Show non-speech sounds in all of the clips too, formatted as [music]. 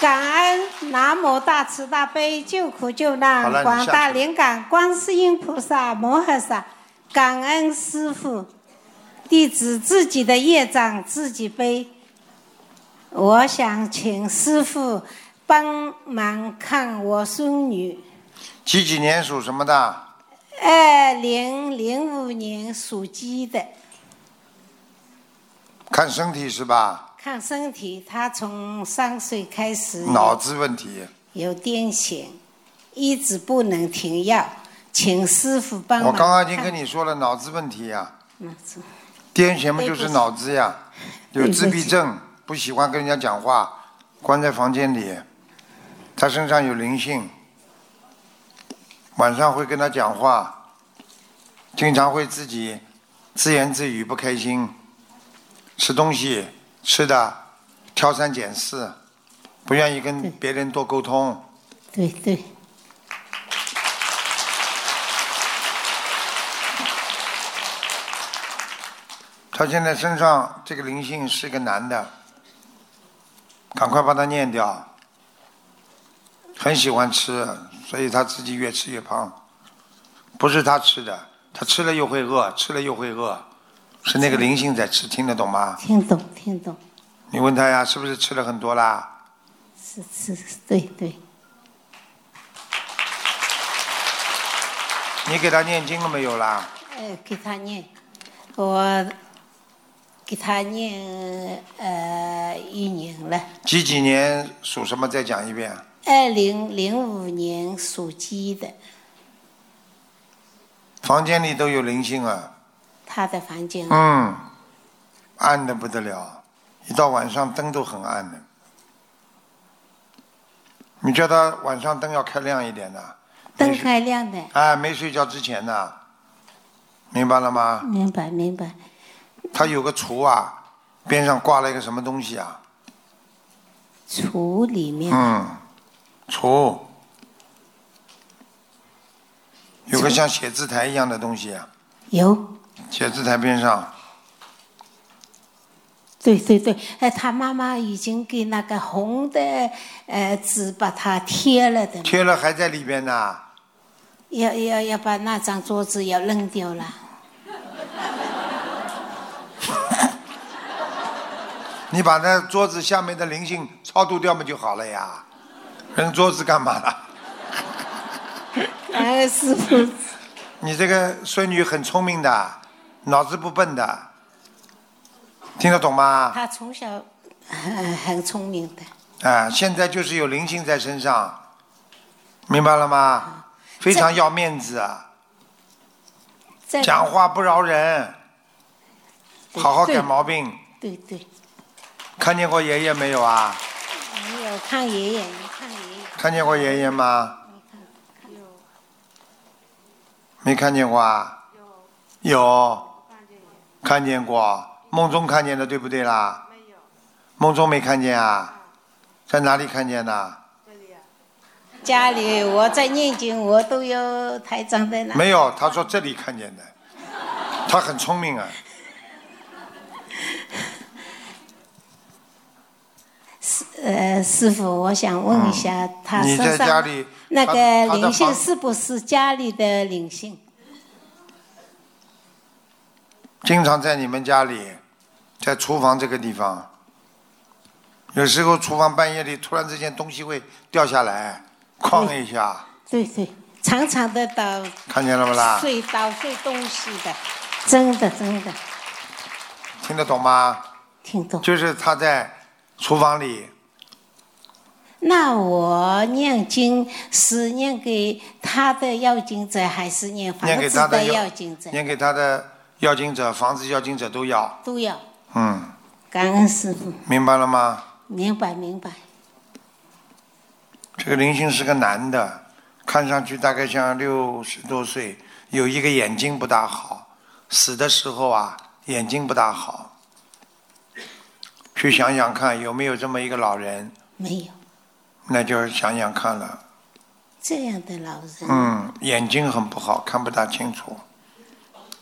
感恩南无大慈大悲救苦救好了难你广下大去灵感观世音菩萨摩诃萨，感恩师父，弟子自己的业障自己背。我想请师父帮忙看我孙女，几几年属什么的？二零零五年属鸡的，看身体是吧？看身体，她从三岁开始脑子问题，有癫痫，一直不能停药，请师傅帮我忙。刚刚已经跟你说了，脑子问题呀、嗯。癫痫嘛就是脑子呀，有自闭症，不喜欢跟人家讲话，关在房间里，他身上有灵性，晚上会跟他讲话，经常会自己自言自语，不开心，吃东西吃的挑三拣四，不愿意跟别人多沟通。对对，他现在身上这个灵性是个男的，赶快把它念掉。很喜欢吃，所以他自己越吃越胖。不是他吃的，他吃了又会饿，吃了又会饿，是那个灵性在吃，听得懂吗？听懂听懂，你问他呀，是不是吃了很多啦？是是是，对对，你给他念经了没有啦？呃，给他念，我给他念呃一年了。几几年属什么？再讲一遍。二零零五年属鸡的，房间里都有灵性啊。他的房间，嗯，暗的不得了，啊一到晚上灯都很暗的。你叫他晚上灯要开亮一点的，灯开亮的，哎，没睡觉之前呢，明白了吗？明白明白，他有个橱啊，边上挂了一个什么东西啊？橱里面，嗯，橱，有个像写字台一样的东西啊，有，写字台边上，对对对，哎，他妈妈已经给那个红的呃纸把它贴了的嘛。贴了还在里边呢。要要要把那张桌子要扔掉了，你把那桌子下面的灵性超度掉嘛就好了呀，扔桌子干嘛啦？哎，师傅，你这个孙女很聪明的，脑子不笨的，听得懂吗？ [laughs] 他从小很很聪明的，啊，现在就是有灵性在身上，明白了吗？非常要面子啊，在讲话不饶人，好好改毛病。对对，看见过爷爷没有啊？没有看爷爷，你看爷爷，看见过爷爷吗？没看见过啊？有。看见过，梦中看见的，对不对啦？梦中没看见啊？在哪里看见啊的？家里我在念经，我都有台长在那，没有，他说这里看见的。他很聪明啊，呃，师傅，我想问一下，他嗯你在身家上里那他个他的灵性房是不是家里的灵性？经常在你们家里，在厨房这个地方，有时候厨房半夜里突然之间东西会掉下来，哐一下，对对，常常的到看见了不啦？碎捣碎东西的，真的真的听得懂吗？听懂。就是他在厨房里，那我念经是念给他的要经者，还是念房念给子他的要经者？念给他的要经者、房子要经者都要。都要。嗯，感恩师傅，明白了吗？明白明白。这个灵性是个男的，看上去大概像六十多岁，有一个眼睛不大好，死的时候啊眼睛不大好。去想想看有没有这么一个老人，没有那就想想看了。这样的老人，嗯，眼睛很不好，看不大清楚，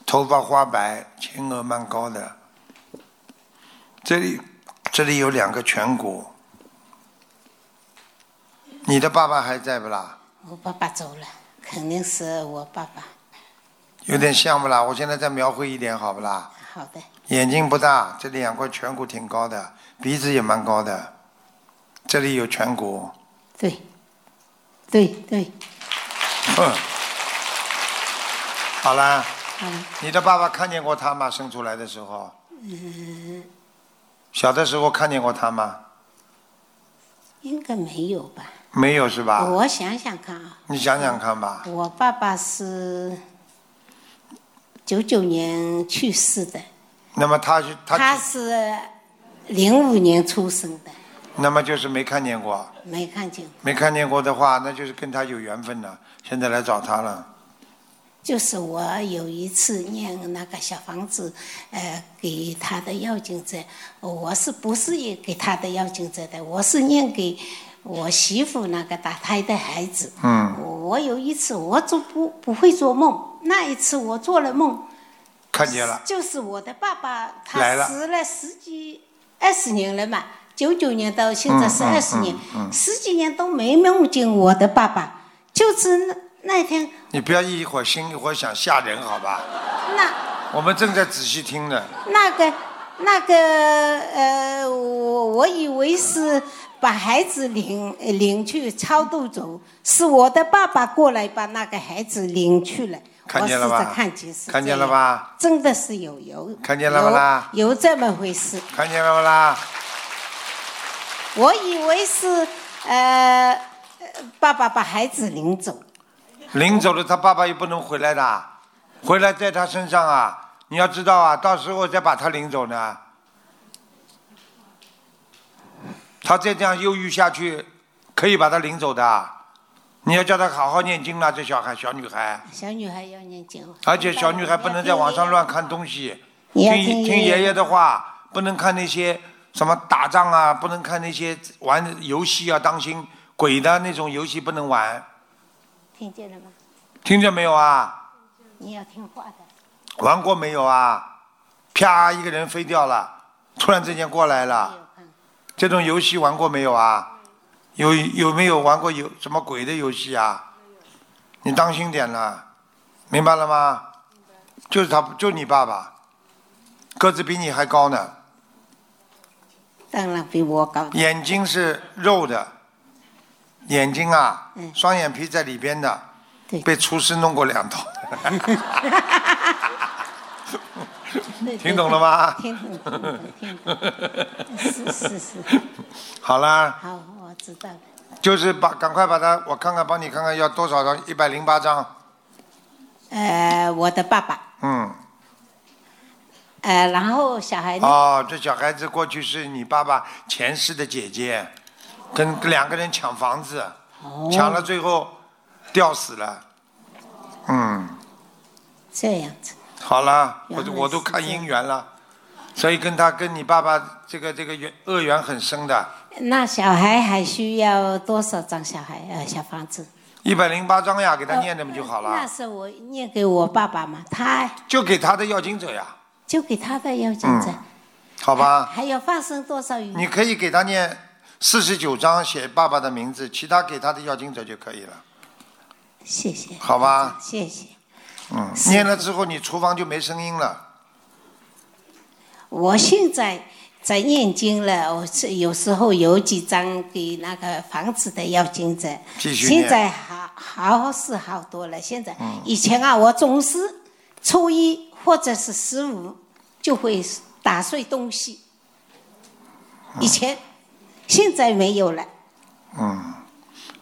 头发花白，前额蛮高的。这里这里有两个颧骨，你的爸爸还在不啦？我爸爸走了，肯定是我爸爸。有点像不啦？我现在再描绘一点好不啦？好的，眼睛不大，这里两块颧骨挺高的，鼻子也蛮高的，这里有颧骨。对，对对，哼，好啦，好了，你的爸爸看见过他吗？生出来的时候？小的时候看见过他吗？应该没有吧？没有是吧？我想想看啊，你想想看吧，我爸爸是九九年去世的，那么他是他他，是零五年出生的，那么就是没看见过，没看见过，没看见过的话，那就是跟他有缘分了。现在来找他了，就是我有一次念那个小房子，呃，给他的要经者，我是不是也给他的要经者的？我是念给我媳妇那个打胎的孩子。嗯，我有一次我做不不会做梦，那一次我做了梦，看见了，就是我的爸爸，来他了死了十几二十年了嘛，九九年到现在是嗯嗯二十年，十几年都没梦见我的爸爸，就是那那天你不要一会儿心一会儿想吓人，好吧？那我们正在仔细听呢。那个那个呃，我我以为是把孩子领领去超度走，是我的爸爸过来把那个孩子领去了。看见了吧我试着看见是看见这样了吧？真的是有有看见了吧啦有有这么回事。看见了不啦？我以为是呃，呃爸爸把孩子领走，临走了，他爸爸又不能回来的，啊回来在他身上啊！你要知道啊，到时候再把他领走呢。他再这样忧郁下去，可以把他领走的。啊你要叫他好好念经啦，啊这小孩、小女孩，小女孩要念经，而且小女孩不能在网上乱看东西，你要听听爷爷爷爷的话，不能看那些什么打仗啊，不能看那些玩游戏啊，当心鬼的那种游戏不能玩，听见了吗？听见没有啊？你要听话的，玩过没有啊？啪，一个人飞掉了，突然之间过来没了。有看这种游戏玩过没有啊？有有没有玩过有什么鬼的游戏啊？你当心点了，明白了吗？就是他，就你爸爸，个子比你还高呢，当然比我高。眼睛是肉的，眼睛啊嗯，双眼皮在里边的，对被厨师弄过 [laughs] 两刀。对听懂了吗听懂，听懂，听 [laughs] 懂。是是是，好啦。好，我知道了。就是把赶快把它，我看看帮你看看要多少张，一百零八张，呃，我的爸爸，嗯，呃，然后小孩呢？哦，这小孩子过去是你爸爸前世的姐姐，跟跟两个人抢房子，哦抢了最后吊死了，嗯，这样子，好了，我原来都我都是看这样姻缘了，所以跟他跟你爸爸这个这个缘恶缘很深的，那小孩还需要多少张小孩呃小房子？一百零八张呀，给他念念不就好哎那了，是我念给我爸爸嘛，他就给他的要经者呀，就给他的要经嗯者。好吧？还要放生多少鱼？你可以给他念四十九章，写爸爸的名字，其他给他的要经者就可以了，谢谢，好啊吧？谢谢。嗯，念了之后你厨房就没声音了，我现在在念经了，我是有时候有几张给那个房子的要经者，继续现念嗯在好好是好多了。现在、以前啊，我总是初一或者是十五就会打碎东西，嗯以前、现在没有了。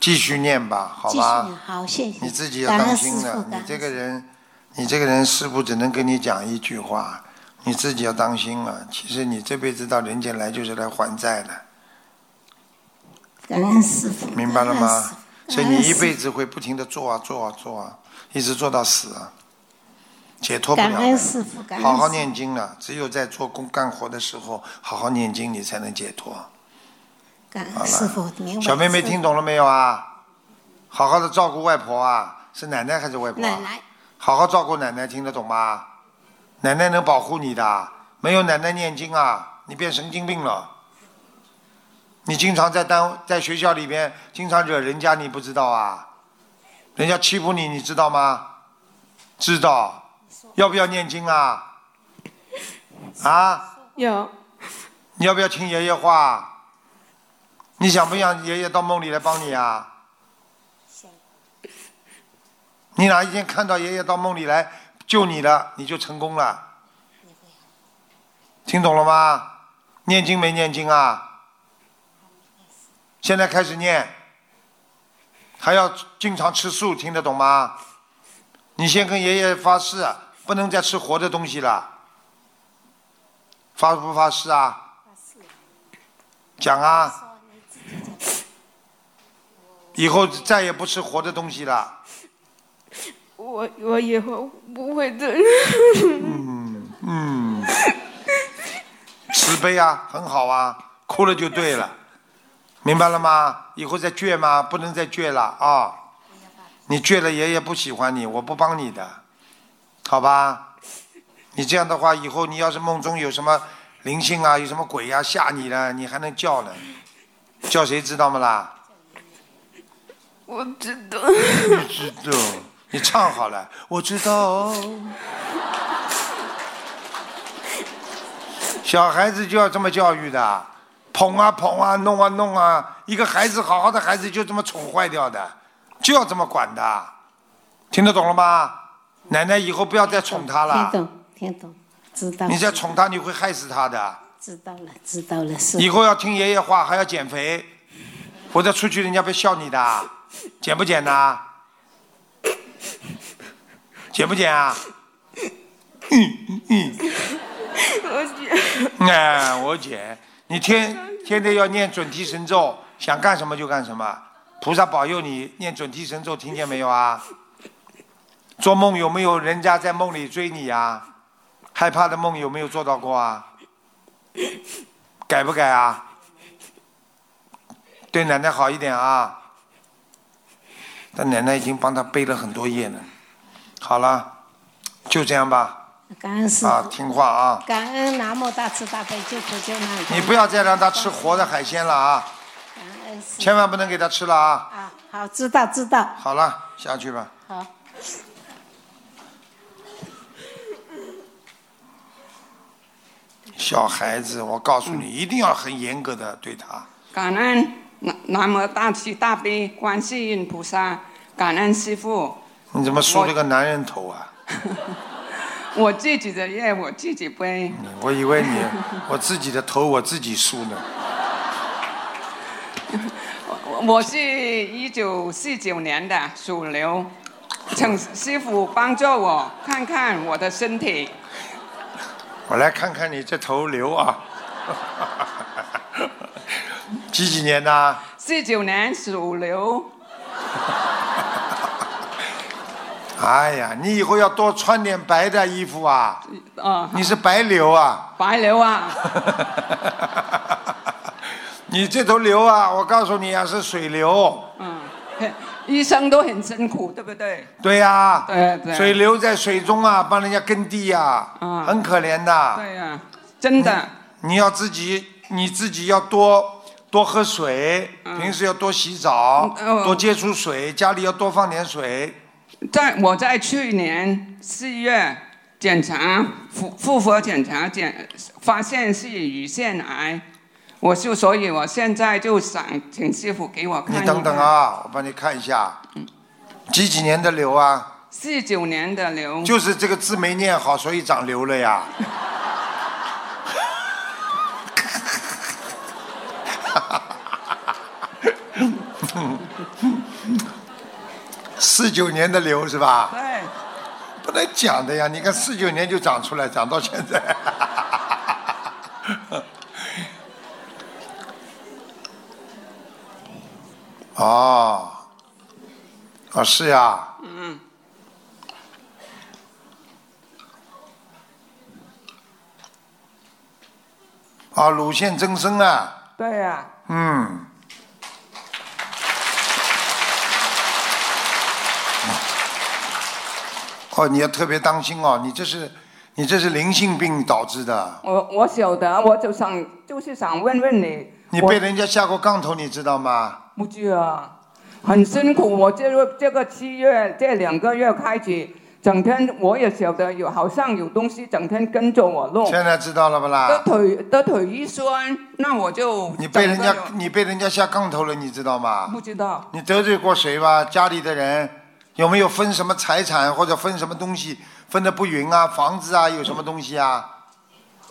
继续念吧，好继续吧？好，谢谢。你自己要感当恩师心父的，感你恩这师个人，你这个人，师傅只能跟你讲一句话，你自己要当心了。其实你这辈子到人间来就是来还债的，父感恩师傅，明白了感恩师吗？父所以你一感恩师辈子会不停的做啊做啊做啊，一直做到死啊，解脱父不了感的。恩师傅，感恩好好师父念经了，只有在做工干活的时候好好念经，你才能解脱。感恩师傅，明白。小妹妹听懂了没有啊？好好的照顾外婆啊，是奶奶还是外婆、奶。奶，好好照顾奶奶，听得懂吗？奶奶能保护你的，没有奶奶念经啊，你变神经病了。你经常在单位在学校里边经常惹人家，你不知道啊？人家欺负你，你知道吗？知道，要不要念经啊？啊，要你要不要听爷爷话？你想不想爷爷到梦里来帮你啊？你哪一天看到爷爷到梦里来救你了，你就成功了。听懂了吗？念经没念经啊？现在开始念，还要经常吃素，听得懂吗？你先跟爷爷发誓，啊不能再吃活的东西了。发不发誓啊？讲啊！以后再也不吃活的东西了。我我以后不会的。嗯，慈悲啊，很好啊，哭了就对了，明白了吗？以后再倔吗？不能再倔了啊、你倔了，爷爷不喜欢你，我不帮你的，好吧？你这样的话，以后你要是梦中有什么灵性啊，有什么鬼呀、吓你了，你还能叫呢？叫谁知道吗啦？我知道，不知道，你唱好了，我 [laughs] 知道。小孩子就要这么教育的，捧啊捧啊，弄啊弄啊，一个孩子好好的孩子就这么宠坏掉的，就要这么管的，听得懂了吗？奶奶以后不要再宠他听了，懂，听懂，知道你，再宠他你会害死他的。知道了，知道了，师以傅，后要听爷爷话，还要减肥，否则出去人家会笑你的，减不减呐？减不减啊？我觉 [laughs] 哎，我减。你天天天要念准提神咒，想干什么就干什么。菩萨保佑你念准提神咒，听见没有啊？做梦有没有人家在梦里追你啊？害怕的梦有没有做到过啊？改不改啊？对奶奶好一点啊。但奶奶已经帮他背了很多业了。好了，就这样吧。感恩师啊，傅，听话啊。感恩南无大慈大悲救苦救难你广不要再让他吃活的海鲜了啊！大感恩师千万不能给他吃了啊！傅啊，好，知道知道，好了，下去吧。好。小孩子，我告诉你，一定要很严格的对他。感恩南南无大慈大悲观世音菩萨，感恩师傅。你怎么梳了个男人头啊？我自己的业我自己背，我以为你，我自己的头我自己梳呢。我我是一九四九年的属牛，请师傅帮助我看看我的身体。我来看看你这头瘤啊！ [laughs] 几几年的啊？四九年属牛，哎呀，你以后要多穿点白的衣服啊！啊、你是白瘤啊！ [laughs] 白牛啊，你这头瘤啊，我告诉你啊，是水瘤。嗯，医生都很辛苦，对不对？对呀、对对水流在水中啊，帮人家耕地呀、嗯很可怜的。对呀、啊真的，你要自己，你自己要多多喝水，平时要多洗澡，嗯哦多接触水，家里要多放点水。在我在去年四月检查妇妇科检查检发现是乳腺癌，我就所以我现在就想请师傅给我看一嗯你看。等等！啊，我帮你看一下，几几年的瘤啊？四九年的瘤，就是这个字没念好，所以长瘤了呀。四九年的瘤是吧？对，不能讲的呀！你看四九年就长出来，长到现在。 [laughs] 哦，哦，是呀。嗯。啊，乳腺增生啊。对呀、嗯，哦，你要特别当心哦，你这是，你这是灵性病导致的，我我晓得，我就想就是想问问你，你我被人家下过杠头，你知道吗？不知啊，很辛苦。我这个这个七月这两个月开始，整天我也晓得有好像有东西整天跟着我弄，现在知道了不的啦？腿的腿一酸，那我就啊你被整人个家人你被人家下杠头了，你知道吗？不知道你得罪过谁吧？家里的人有没有分什么财产或者分什么东西分的不匀啊？房子啊，有什么东西啊？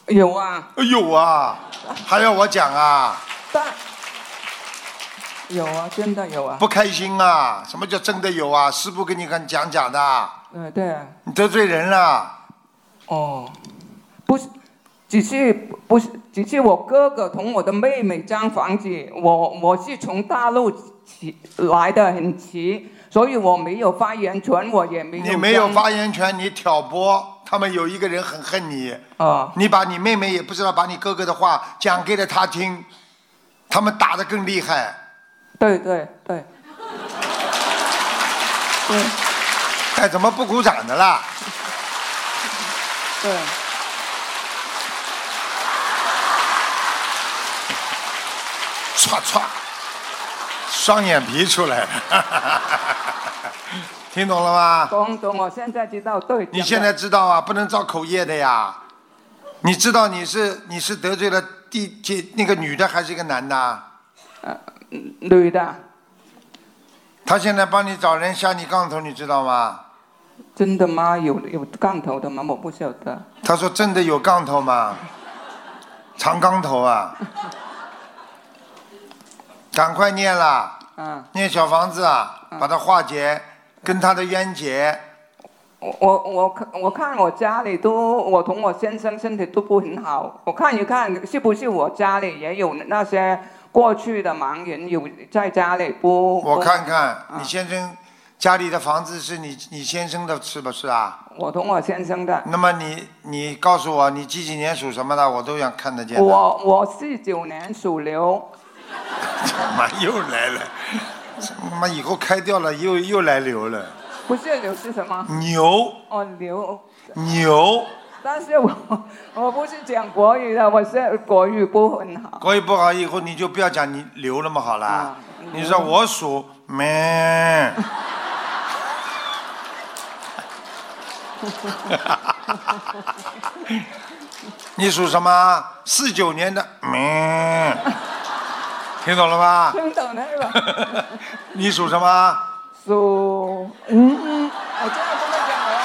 有啊，哎呦啊，还要我讲啊？但有啊，真的有啊，不开心啊？什么叫真的有啊？师傅跟你看讲讲的，对对啊。你得罪人了。哦，不是，只是不是，只是我哥哥同我的妹妹张房子，我我是从大陆起来的，很迟，所以我没有发言权，我也没有你没有张发言权，你挑拨他们有一个人很恨你，啊、你把你妹妹也不知道把你哥哥的话讲给了他听，他们打得更厉害，对对对，对哎，怎么不鼓掌的啦？对，唰唰，双眼皮出来了， [laughs] 听懂了吗？懂懂，我现在知道，对，你讲现得在知道啊，不能造口业的呀。你知道你是你是得罪了第第那个女的还是一个男的啊？女的他现在帮你找人下你杠头，你知道吗？真的吗？有有杠头的吗？我不晓得，他说真的有杠头吗？长杠头啊！赶快念啦，啊，念小房子啊，把它化解，跟他的冤结。我我我看我看我家里都，我同我先生身体都不很好，我看一看是不是我家里也有那些过去的盲人有在家里不？我不看，看，你先生家里的房子是你你先生的，是不是啊？我同我先生的，那么你你告诉我，你几几年属什么的，我都想看得见的。我我四九年属牛，他妈又来了，他妈以后开掉了又又来牛了，不是牛是什么？牛哦牛，牛。但是我我不是讲国语的，我是国语不很好。国语不好，以后你就不要讲你流了嘛，好啦啊。你说我属咩？你属什么？四九年的咩？听懂了吧？听懂那个你属什么？属嗯嗯，我真的不会讲了，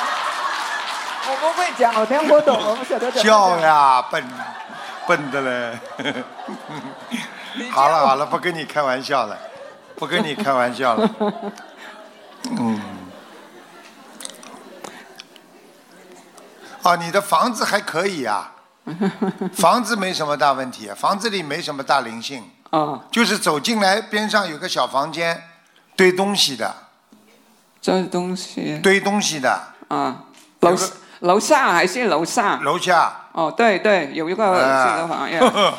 我不会讲，我听不懂，我不晓 [laughs] 得怎么叫讲。呀，笨，笨的嘞。你好叫了好了，不跟你开玩笑了，不跟你开玩笑了。嗯，哦，你的房子还可以啊，房子没什么大问题，啊房子里没什么大灵性，啊，就是走进来边上有个小房间，堆东西的，这东西堆东西的，啊，有楼个楼下还是楼上？楼下。哦，对对，有一个楼下的房呵 [laughs] 呀，呵呵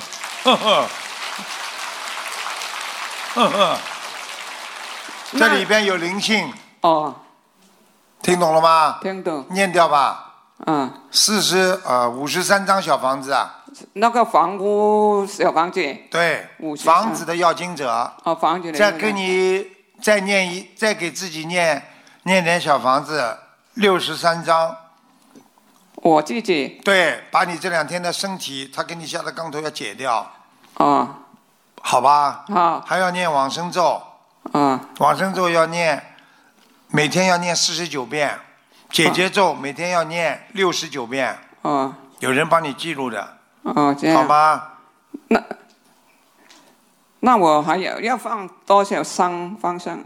呵呵呵，这里边有灵性，哦，听懂了吗？听懂念掉吧，啊，四十呃五十三张小房子啊，那个房屋小房子，对53，房子的要经者，哦，房子里再面跟你再念一，再给自己念念点小房子，六十三张，我自己对，把你这两天的身体，他给你下的杠头要解掉，啊好吧？好还要念往生咒，啊往生咒要念，每天要念四十九遍，解结咒每天要念六十九遍，啊有人帮你记录的，啊，这好样，吗？那我还有要放多少声放声？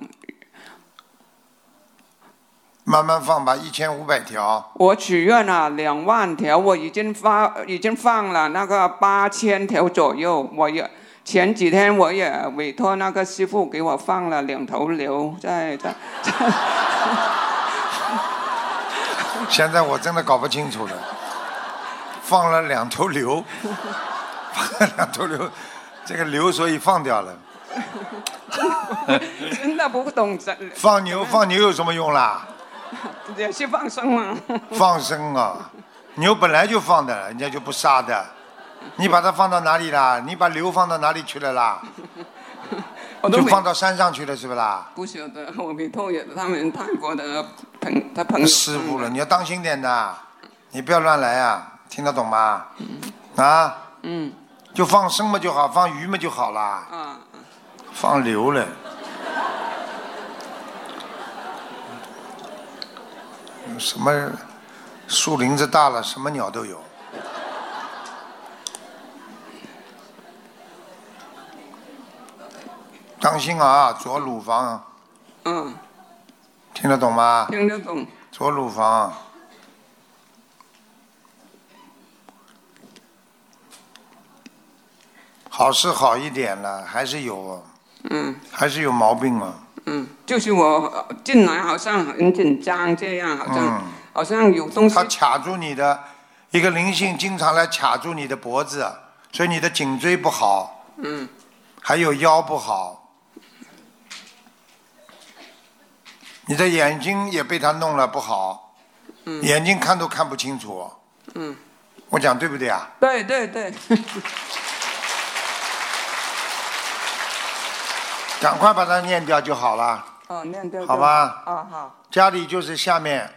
慢慢放吧，一千五百条。我许愿了两万条，我已经发已经放了那个八千条左右。我也前几天我也委托那个师傅给我放了两头牛，在在 [laughs] 现在我真的搞不清楚了，放了两头牛，放了两头牛，这个牛所以放掉了。真的不懂这放牛放牛有什么用啦？也是放生吗？放生啊，牛本来就放的，人家就不杀的。你把它放到哪里啦？你把牛放到哪里去了啦？我啊都就没放到山上去了，是不啦？不晓得，我没偷也是他们泰国的朋他朋友师傅了，放的你要当心点的，你不要乱来啊！听得懂吗？啊，嗯就放生嘛就好，放鱼嘛就好啦。啊，啊放流了。什么树林子大了，什么鸟都有。当心啊，左乳房，嗯，听得懂吗？听得懂，左乳房。好是好一点了，还是有，嗯还是有毛病啊。嗯，就是我呃进来好像很紧张这样，好像、好像有东西他卡住你的一个灵性，经常来卡住你的脖子，啊所以你的颈椎不好，嗯还有腰不好，你的眼睛也被他弄了不好，嗯眼睛看都看不清楚。嗯，我讲对不对啊？对对对，赶快把它念掉就好了。哦，那样对好吧啊好，家里就是下面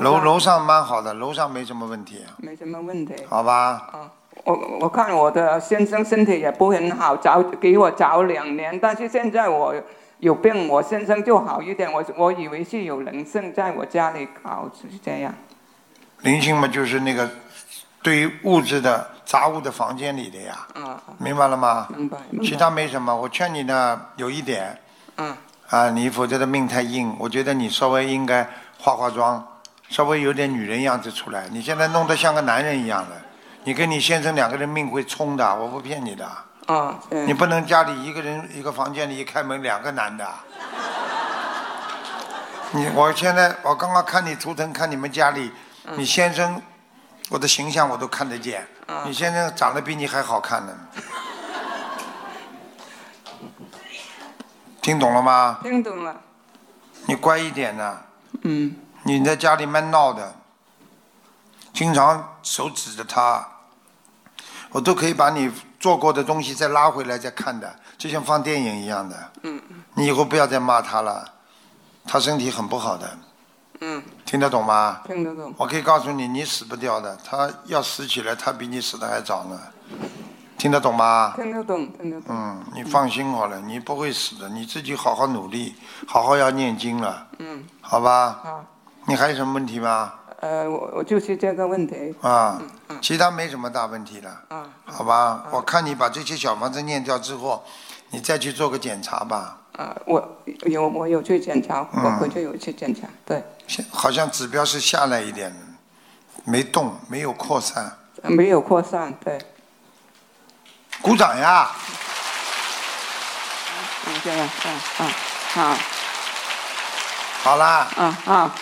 楼这样楼上蛮好的，楼上没什么问题，啊没什么问题。好吧？啊，我我看我的先生身体也不很好，早给我早两年，但是现在我有病，我先生就好一点。我我以为是有人性在我家里搞，就是这样。灵性嘛，就是那个对于物质的杂物的房间里的呀，啊，明白了吗？明白明其白。他没什么，我劝你呢，有一点嗯啊，你否则的命太硬。我觉得你稍微应该化化妆，稍微有点女人样子出来。你现在弄得像个男人一样的，你跟你先生两个人命会冲的，我不骗你的。啊，嗯你不能家里一个人一个房间里一开门两个男的。啊你我现在我刚刚看你图腾，看你们家里，你先生，我的形象我都看得见，你先生长得比你还好看呢。听懂了吗？听懂了。你乖一点呐、嗯你在家里蛮闹的，经常手指着他，我都可以把你做过的东西再拉回来再看的，就像放电影一样的。嗯你以后不要再骂他了，他身体很不好的，嗯，听得懂吗？听得懂。我可以告诉你，你死不掉的，他要死起来，他比你死的还早呢，听得懂吗？听得懂，听得懂。嗯，你放心好了，你不会死的，你自己好好努力，好好要念经了，嗯，好吧？好，你还有什么问题吗？呃，我我就是这个问题啊，嗯其他没什么大问题了，啊好吧？我看你把这些小房子念掉之后，你再去做个检查吧。啊，我有我有去检查，我嗯回去有去检查，对，现好像指标是下来一点的，没动，没有扩散。没有扩散，对，鼓掌呀！嗯，这样，这样，啊，好。好啦，啊啊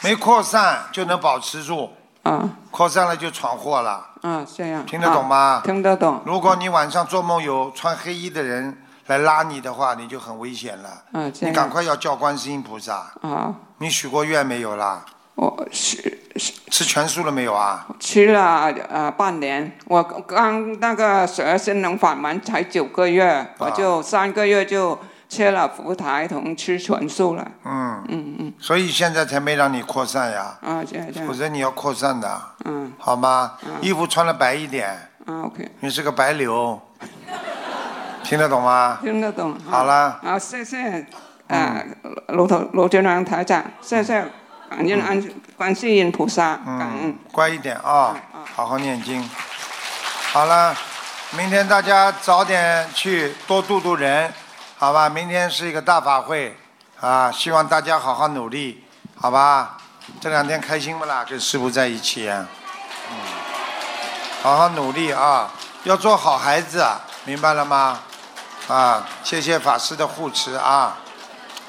没扩散就能保持住，啊扩散了就闯祸了。啊！这样听得懂吗啊听得懂。如果你晚上做梦有穿黑衣的人来拉你的话，你就很危险了。啊，这你赶样快要叫观世音菩萨。啊！你许过愿没有啦？我吃吃吃全素了没有啊？吃了呃半年，我刚那个十二生龙法门才九个月，啊我就三个月就吃了福台同吃全素了。嗯。嗯嗯所以现在才没让你扩散呀，啊，这样这否样，则你要扩散的，嗯好吗？衣服穿的白一点，啊 OK，你是个白 [laughs] 流，听得懂吗？听得懂。好嗯啦，好，谢谢啊，卢头卢局长台长，谢谢感恩安观世音菩萨，感恩嗯。，乖一点啊，好好念经。好了，明天大家早点去多度度人，好吧？明天是一个大法会啊，希望大家好好努力，好吧？这两天开心不啦？跟师傅在一起、啊，嗯，好好努力啊，要做好孩子，啊明白了吗？啊，谢谢法师的护持啊，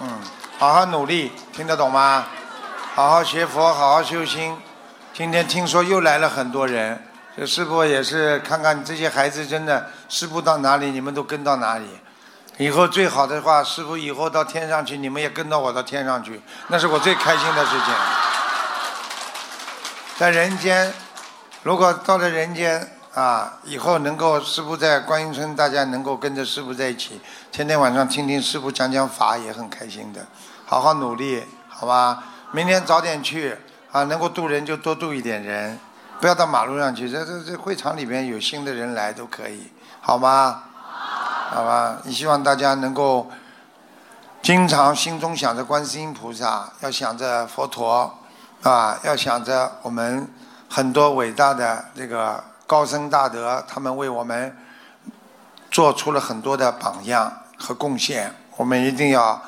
嗯，好好努力，听得懂吗？好好学佛，好好修心。今天听说又来了很多人，这师傅也是看看这些孩子真的，师傅到哪里你们都跟到哪里。以后最好的话，师傅以后到天上去，你们也跟到我到天上去，那是我最开心的事情。在人间，如果到了人间啊，以后能够师傅在观音村，大家能够跟着师傅在一起，天天晚上听听师傅讲讲法，也很开心的。好好努力，好吧？明天早点去啊，能够渡人就多渡一点人，不要到马路上去。这这这会场里边有新的人来都可以，好吗？好吧，也希望大家能够经常心中想着观世音菩萨，要想着佛陀，啊，要想着我们很多伟大的这个高僧大德，他们为我们做出了很多的榜样和贡献，我们一定要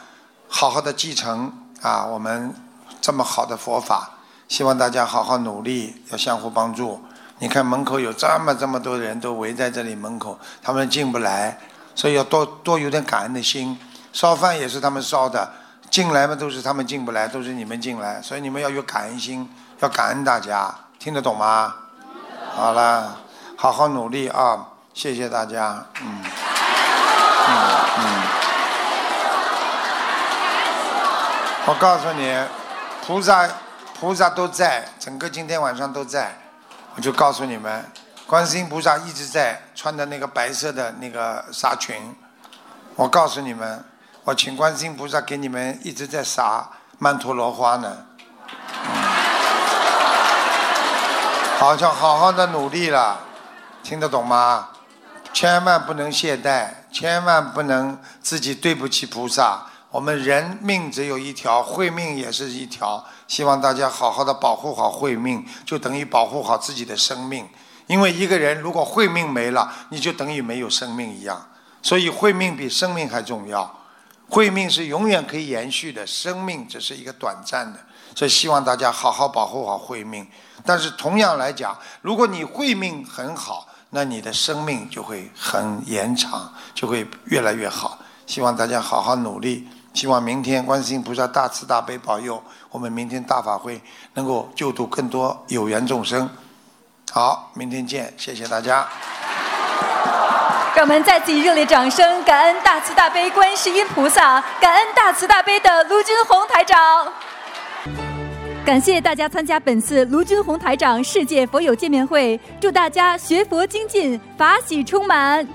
好好的继承啊我们这么好的佛法。希望大家好好努力，要相互帮助。你看门口有这么这么多人都围在这里门口，他们进不来，所以要多多有点感恩的心。烧饭也是他们烧的，进来嘛都是他们进不来，都是你们进来，所以你们要有感恩心，要感恩大家，听得懂吗？好了，好好努力啊！谢谢大家，嗯，嗯嗯。我告诉你，菩萨菩萨都在，整个今天晚上都在。我就告诉你们，观世音菩萨一直在穿的那个白色的那个纱裙。我告诉你们，我请观世音菩萨给你们一直在撒曼陀罗花呢。嗯、好像好好的努力了，听得懂吗？千万不能懈怠，千万不能自己对不起菩萨。我们人命只有一条，慧命也是一条。希望大家好好的保护好慧命，就等于保护好自己的生命。因为一个人如果慧命没了，你就等于没有生命一样。所以慧命比生命还重要。慧命是永远可以延续的，生命只是一个短暂的。所以希望大家好好保护好慧命。但是同样来讲，如果你慧命很好，那你的生命就会很延长，就会越来越好。希望大家好好努力。希望明天观世音菩萨大慈大悲保佑我们，明天大法会能够救度更多有缘众生。好，明天见，谢谢大家。让我们再次以热烈掌声，感恩大慈大悲观世音菩萨，感恩大慈大悲的卢军宏台长。感谢大家参加本次卢军宏台长世界佛友见面会，祝大家学佛精进，法喜充满。